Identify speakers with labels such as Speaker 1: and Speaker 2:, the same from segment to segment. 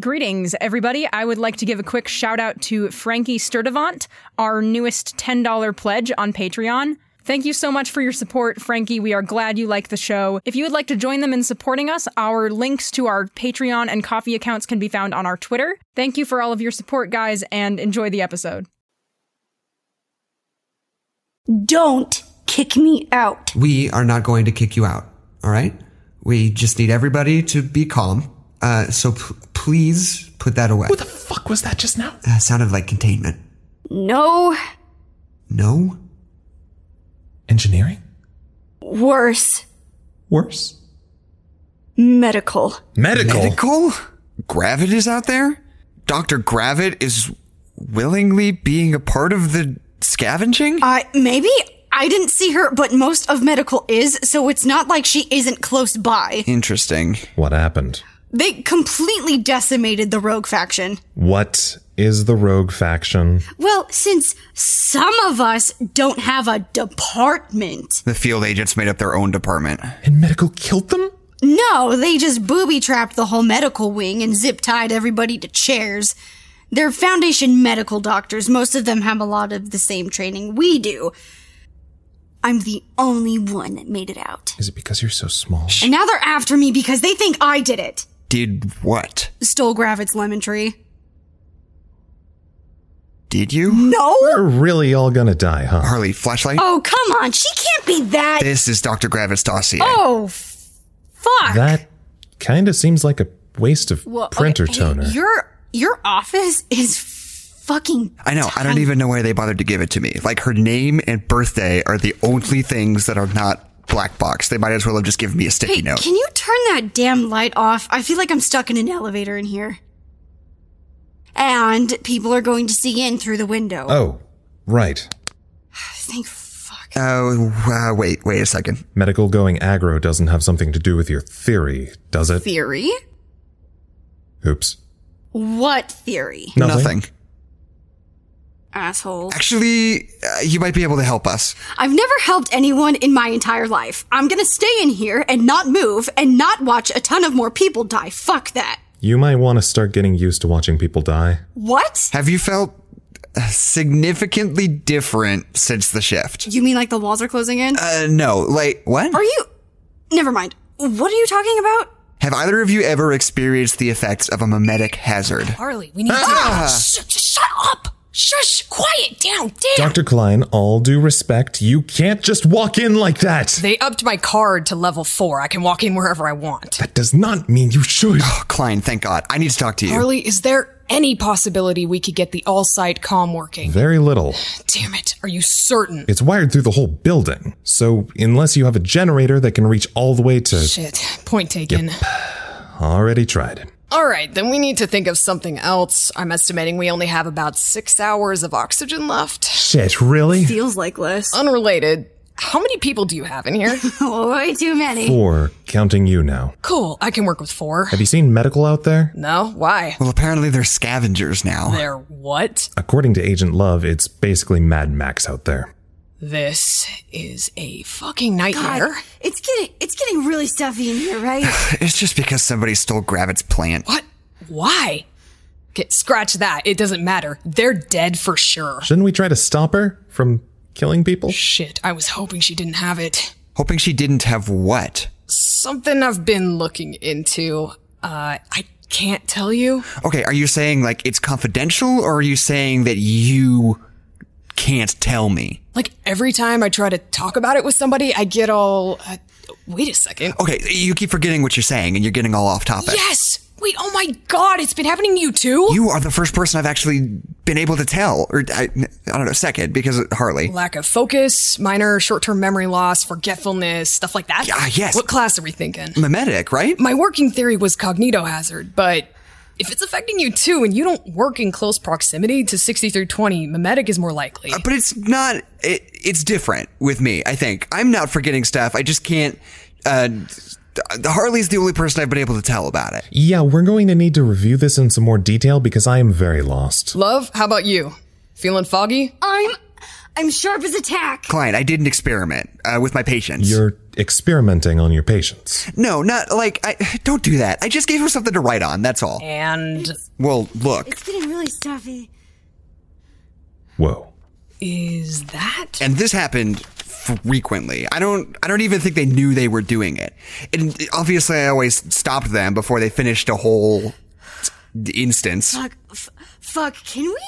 Speaker 1: Greetings, everybody. I would like to give a quick shout out to Frankie Sturdivant, our newest $10 pledge on Patreon. Thank you so much for your support, Frankie. We are glad you like the show. If you would like to join them in supporting us, our links to our Patreon and coffee accounts can be found on our Twitter. Thank you for all of your support, guys, and enjoy the episode.
Speaker 2: Don't kick me out.
Speaker 3: We are not going to kick you out. All right. We just need everybody to be calm. Uh, so p- please put that away.
Speaker 4: What the fuck was that just now?
Speaker 3: uh, sounded like containment.
Speaker 2: No
Speaker 3: No.
Speaker 4: Engineering?
Speaker 2: worse.
Speaker 4: Worse?
Speaker 2: Medical.
Speaker 4: Medical?
Speaker 5: Medical? Gravit is out there? Dr. Gravit is willingly being a part of the scavenging?
Speaker 2: I maybe I didn't see her, but most of medical is, so it's not like she isn't close by.
Speaker 5: Interesting.
Speaker 4: What happened?
Speaker 2: They completely decimated the rogue faction.
Speaker 4: What is the rogue faction?
Speaker 2: Well, since some of us don't have a department.
Speaker 5: The field agents made up their own department.
Speaker 4: And medical killed them?
Speaker 2: No, they just booby trapped the whole medical wing and zip tied everybody to chairs. They're foundation medical doctors. Most of them have a lot of the same training we do. I'm the only one that made it out.
Speaker 4: Is it because you're so small?
Speaker 2: And now they're after me because they think I did it.
Speaker 5: Did what?
Speaker 2: Stole Gravitt's lemon tree.
Speaker 5: Did you?
Speaker 2: No?
Speaker 4: We're really all gonna die, huh?
Speaker 5: Harley, flashlight?
Speaker 2: Oh, come on. She can't be that.
Speaker 5: This is Dr. Gravit's dossier.
Speaker 2: Oh, f- fuck.
Speaker 4: That kinda seems like a waste of
Speaker 2: Well, okay,
Speaker 4: printer
Speaker 2: hey,
Speaker 4: toner.
Speaker 2: Your your office is fucking.
Speaker 5: I know. I don't even know why they bothered to give it to me. Like, her name and birthday are the only things that are not black box. They might as well have just given me a sticky
Speaker 2: Hey,
Speaker 5: note.
Speaker 2: can you turn that damn light off? I feel like I'm stuck in an elevator in here. And people are going to see in through the window.
Speaker 5: Uh.
Speaker 4: oh, right.
Speaker 2: Thank fuck.
Speaker 5: Oh, uh, wait, wait a second.
Speaker 4: Medical going aggro doesn't have something to do with your theory, does it?
Speaker 2: Theory?
Speaker 4: Oops.
Speaker 2: What theory?
Speaker 4: Nothing.
Speaker 5: Nothing.
Speaker 2: Assholes.
Speaker 5: Actually, uh, you might be able to help us.
Speaker 2: I've never helped anyone in my entire life. I'm gonna stay in here and not move and not watch a ton of more people die. Fuck that.
Speaker 4: You might want to start getting used to watching people die.
Speaker 2: What?
Speaker 5: Have you felt uh, significantly different since the shift?
Speaker 2: You mean like the walls are closing in?
Speaker 5: Uh, no, like, what?
Speaker 2: Are you? Never mind. What are you talking about?
Speaker 5: Have either of you ever experienced the effects of a mimetic hazard?
Speaker 6: Harley, we need to. Shh, shut up! Shush! Quiet down! Damn!
Speaker 4: Dr. Klein, all due respect, you can't just walk in like that!
Speaker 6: They upped my card to level four. I can walk in wherever I want.
Speaker 4: That does not mean you should.
Speaker 5: Oh, Klein, thank God. I need to talk to you.
Speaker 6: Harley, is there any possibility we could get the all site comm working?
Speaker 4: Very little.
Speaker 6: Damn it. Are you certain?
Speaker 4: It's wired through the whole building. So, unless you have a generator that can reach all the way to.
Speaker 6: Shit. Point taken.
Speaker 4: Already tried.
Speaker 6: All right, then we need to think of something else. I'm estimating we only have about six hours of oxygen left.
Speaker 4: Shit, really?
Speaker 2: Feels like
Speaker 5: Uh.
Speaker 2: less.
Speaker 6: Unrelated. How many people do you have in here?
Speaker 2: Oh, way too many.
Speaker 4: Four, counting you now.
Speaker 6: cool. I can work with four.
Speaker 4: Have you seen medical out there?
Speaker 6: No? Why?
Speaker 5: Well, apparently they're scavengers now.
Speaker 6: They're what?
Speaker 4: According to Agent Love, it's basically Mad Max out there.
Speaker 6: This is a fucking nightmare.
Speaker 2: God, it's getting it's getting really stuffy in here, right?
Speaker 5: It's just because somebody stole Gravit's plant.
Speaker 6: What? Why? Okay, scratch that. It doesn't matter. They're dead for sure.
Speaker 4: Shouldn't we try to stop her from killing people?
Speaker 6: Shit, I was hoping she didn't have it.
Speaker 5: Hoping she didn't have what?
Speaker 6: Something I've been looking into. Uh, I can't tell you.
Speaker 5: Okay, are you saying like it's confidential or are you saying that you can't tell me?
Speaker 6: Like, every time I try to talk about it with somebody, I get all. Uh, wait a second.
Speaker 5: Okay, you keep forgetting what you're saying and you're getting all off topic.
Speaker 6: Yes! Wait, oh my god, it's been happening to you too?
Speaker 5: You are the first person I've actually been able to tell, or I, I don't know, second because of Harley.
Speaker 6: Lack of focus, minor short term memory loss, forgetfulness, stuff like that.
Speaker 5: Ah, yes.
Speaker 6: What class are we thinking?
Speaker 5: Mimetic, right?
Speaker 6: My working theory was cognitohazard, but if it's affecting you too and you don't work in close proximity to 6320, mimetic is more likely.
Speaker 5: But it's not. It, it's different with me. I think I'm not forgetting stuff. I just can't. Uh, Harley's the only person I've been able to tell about it.
Speaker 4: Yeah, we're going to need to review this in some more detail because I am very lost.
Speaker 6: Love, how about you? Feeling foggy?
Speaker 2: I'm I'm sharp as a tack.
Speaker 5: Client, I did an experiment uh, with my patients.
Speaker 4: You're experimenting on your patients.
Speaker 5: no, not like I. Don't do that. I just gave him something to write on. That's all.
Speaker 6: And
Speaker 5: Well, look,
Speaker 2: It's getting really stuffy.
Speaker 4: Whoa.
Speaker 6: is that
Speaker 5: and this happened frequently. I don't. I don't even think they knew they were doing it. And obviously, I always stopped them before they finished a whole instance.
Speaker 2: Fuck, f- fuck, can we?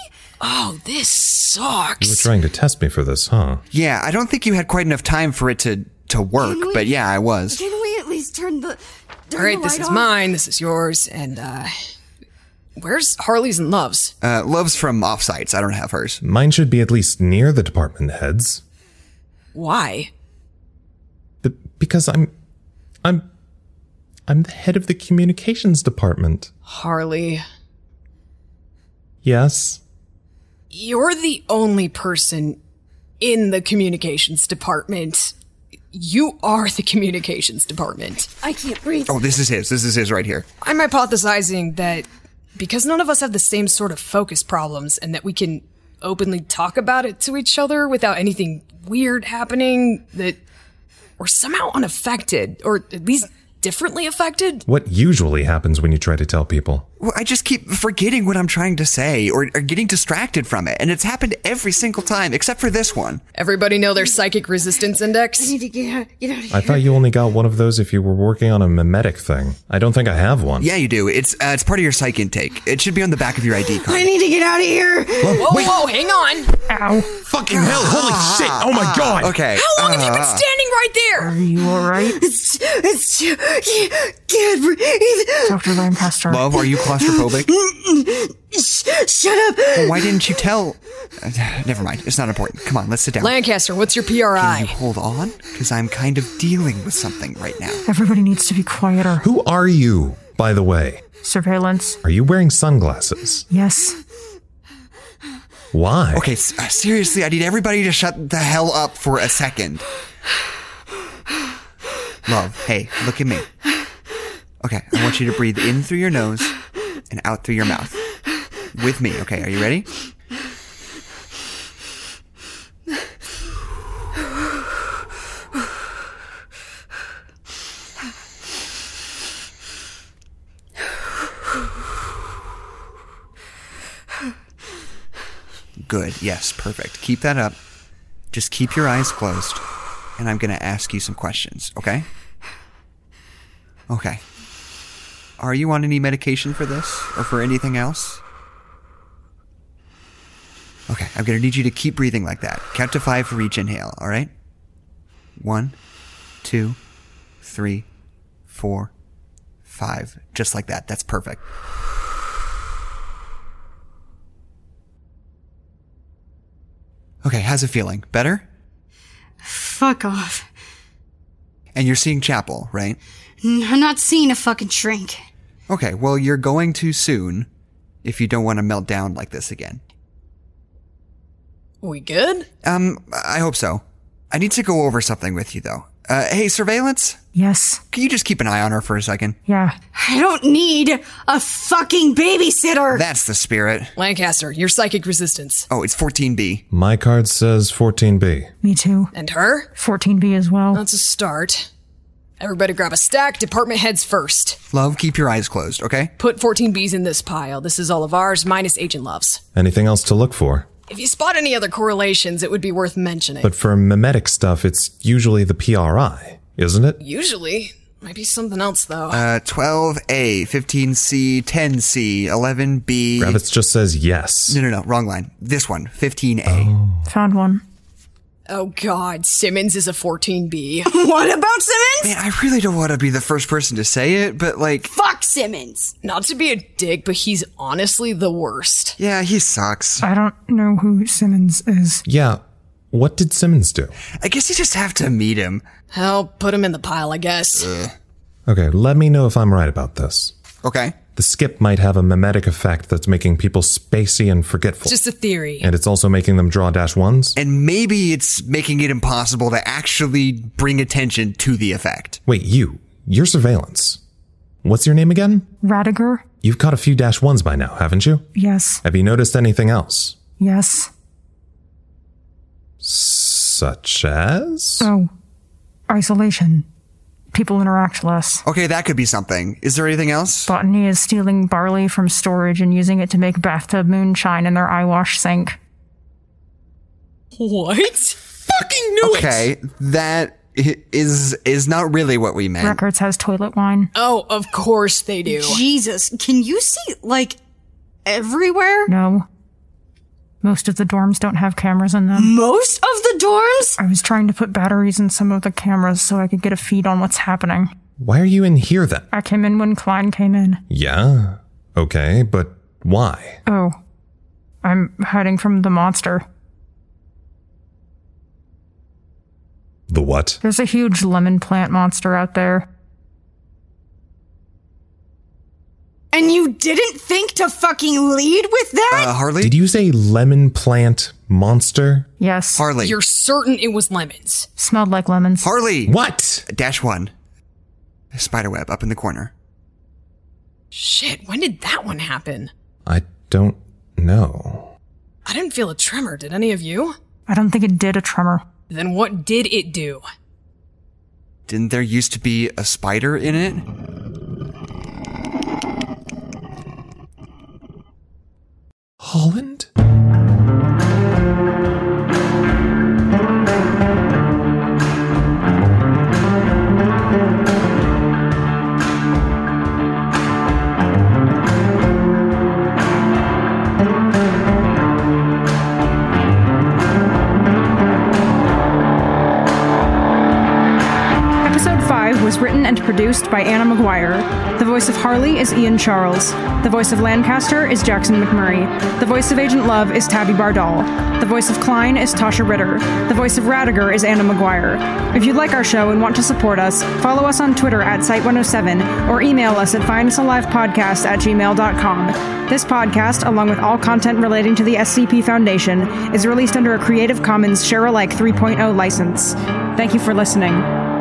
Speaker 6: Oh, this
Speaker 4: You were
Speaker 6: sucks.
Speaker 4: trying to test me for this, huh?
Speaker 5: Yeah, I don't think you had quite enough time for it to to work.
Speaker 2: Can we-
Speaker 5: But yeah, I was.
Speaker 2: Can we at least turn the. Turn
Speaker 6: All right,
Speaker 2: the
Speaker 6: this
Speaker 2: light
Speaker 6: is
Speaker 2: on?
Speaker 6: mine, this is yours, and uh where's Harley's and Love's?
Speaker 5: Uh, love's from offsites. I don't have hers.
Speaker 4: Mine should be at least near the department heads.
Speaker 6: Why?
Speaker 4: The, because I'm I'm I'm the head of the communications department.
Speaker 6: Harley,
Speaker 4: Yes.
Speaker 6: you're the only person in the communications department. You are the communications department.
Speaker 2: I can't breathe.
Speaker 5: Oh, this is his. This is his right here.
Speaker 6: I'm hypothesizing that because none of us have the same sort of focus problems and that we can openly talk about it to each other without anything weird happening, that we're somehow unaffected, or at least differently affected.
Speaker 4: What usually happens when you try to tell people?
Speaker 5: Well, I just keep forgetting what I'm trying to say or, or getting distracted from it. And it's happened every single time except for this one.
Speaker 6: Everybody know their psychic resistance
Speaker 2: I
Speaker 6: index?
Speaker 2: need to get out, get out of here.
Speaker 4: I thought you only got one of those if you were working on a mimetic thing. I don't think I have one.
Speaker 5: Yeah, you do. It's uh, it's part of your psych intake. It should be on the back of your ID
Speaker 2: I
Speaker 5: card.
Speaker 2: need to get out of here.
Speaker 6: Whoa, whoa, hang on!
Speaker 4: Fucking hell, holy shit. Oh my god.
Speaker 5: Okay. Uh,
Speaker 6: How long have you been standing right there?
Speaker 2: It's, it's, can't, can't breathe.
Speaker 7: Dr. Lancaster.
Speaker 5: Love, are you claustrophobic?
Speaker 2: Sh- shut up.
Speaker 5: Why didn't you tell? Uh, never mind. It's not important. Come on, let's sit down.
Speaker 6: Lancaster, what's your
Speaker 5: Can you
Speaker 6: PRI?
Speaker 5: hold on? Because I'm kind of dealing with something right now.
Speaker 7: Everybody needs to be quieter.
Speaker 4: Who are you, by the way?
Speaker 7: Surveillance.
Speaker 4: Are you wearing sunglasses?
Speaker 7: Yes.
Speaker 4: Why?
Speaker 5: Okay, s- uh, seriously, I need everybody to shut the hell up for a second. Love, hey, look at me. Okay, I want you to breathe in through your nose and out through your mouth. With me, okay, are you ready? Good, yes, perfect. Keep that up. Just keep your eyes closed, and I'm gonna ask you some questions, okay? Okay. Are you on any medication for this or for anything else? Okay, I'm gonna need you to keep breathing like that. Count to five for each inhale, all right? One, two, three, four, five. Just like that. That's perfect. Okay, how's it feeling? Better?
Speaker 2: Fuck off.
Speaker 5: And you're seeing Chapel, right?
Speaker 2: N- I'm not seeing a fucking shrink.
Speaker 5: Okay, well, you're going too soon if you don't want to melt down like this again.
Speaker 6: We good?
Speaker 5: Um, I hope so. I need to go over something with you, though. Uh, hey, surveillance?
Speaker 7: Yes.
Speaker 5: Can you just keep an eye on her for a second?
Speaker 7: Yeah.
Speaker 2: I don't need a fucking babysitter.
Speaker 5: That's the spirit.
Speaker 6: Lancaster, your psychic resistance.
Speaker 5: Oh, it's 14B.
Speaker 4: My card says 14B.
Speaker 7: Me too.
Speaker 6: And her?
Speaker 7: 14B as well.
Speaker 6: That's a start. Everybody grab a stack, department heads first.
Speaker 5: Love, keep your eyes closed, okay?
Speaker 6: Put 14 Bs in this pile. This is all of ours, minus Agent Love's.
Speaker 4: Anything else to look for?
Speaker 6: If you spot any other correlations, it would be worth mentioning.
Speaker 4: But for mimetic stuff, it's usually the PRI, isn't it?
Speaker 6: Usually, might be something else, though.
Speaker 5: Uh, 12A, 15C, 10C, 11B.
Speaker 4: Gravitz just says yes.
Speaker 5: No, no, no, wrong line. This one, 15A.
Speaker 7: Found one.
Speaker 6: oh, God, Simmons is a 14B.
Speaker 2: what about Simmons?
Speaker 5: Man, I really don't want to be the first person to say it, but like,
Speaker 2: Fuck Simmons.
Speaker 6: Not to be a dick, but he's honestly the worst.
Speaker 5: yeah, he sucks.
Speaker 7: I don't know who Simmons is.
Speaker 4: Yeah. What did Simmons do?
Speaker 5: I guess you just have to meet him.
Speaker 6: Hell, put him in the pile, I guess.
Speaker 4: Okay, let me know if I'm right about this.
Speaker 5: Okay.
Speaker 4: The skip might have a mimetic effect that's making people spacey and forgetful.
Speaker 6: Just a theory.
Speaker 4: and it's also making them draw dash ones?
Speaker 5: And maybe it's making it impossible to actually bring attention to the effect.
Speaker 4: Wait, you. Your surveillance. What's your name again?
Speaker 7: Radiger?
Speaker 4: You've caught a few dash ones by now, haven't you?
Speaker 7: Yes.
Speaker 4: Have you noticed anything else?
Speaker 7: Yes.
Speaker 4: Such as?
Speaker 7: Oh, isolation. People interact less.
Speaker 5: Okay, that could be something. Is there anything else?
Speaker 7: Botany is stealing barley from storage and using it to make bathtub moonshine in their eye wash sink.
Speaker 6: What?
Speaker 4: Fucking knew it!
Speaker 5: Okay, that i- is is not really what we meant.
Speaker 7: Records has toilet wine.
Speaker 6: Oh, of course they do.
Speaker 2: Jesus, can you see, like, everywhere?
Speaker 7: No. Most of the dorms don't have cameras in them.
Speaker 2: Most of the dorms?
Speaker 7: I was trying to put batteries in some of the cameras so I could get a feed on what's happening.
Speaker 4: Why are you in here then?
Speaker 7: I came in when Klein came in.
Speaker 4: Yeah. Okay, but why?
Speaker 7: Oh. I'm hiding from the monster.
Speaker 4: The what?
Speaker 7: There's a huge lemon plant monster out there.
Speaker 2: And you didn't think to fucking lead with that?
Speaker 5: Uh, Harley,
Speaker 4: Did you say lemon plant monster?
Speaker 7: Yes.
Speaker 5: Harley,
Speaker 6: You're certain it was lemons.
Speaker 7: Smelled like lemons.
Speaker 5: Harley,
Speaker 4: What?
Speaker 5: dash one, spiderweb up in the corner.
Speaker 6: Shit, when did that one happen?
Speaker 4: I don't know.
Speaker 6: I didn't feel a tremor, did any of you?
Speaker 7: I don't think it did a tremor.
Speaker 6: Then what did it do?
Speaker 5: Didn't there used to be a spider in it?
Speaker 4: Holland?
Speaker 1: Episode 5 was written and produced by Anna McGuire. The voice of Harley is Ian Charles. The voice of Lancaster is Jackson McMurray. The voice of Agent Love is Tabby Bardal. The voice of Klein is Tasha Ritter. The voice of Radiger is Anna McGuire. If you'd like our show and want to support us, follow us on Twitter at Site107 or email us at findusalivepodcast at gmail.com. This podcast, along with all content relating to the SCP Foundation, is released under a Creative Commons Share Alike 3.0 license. oh Thank you for listening.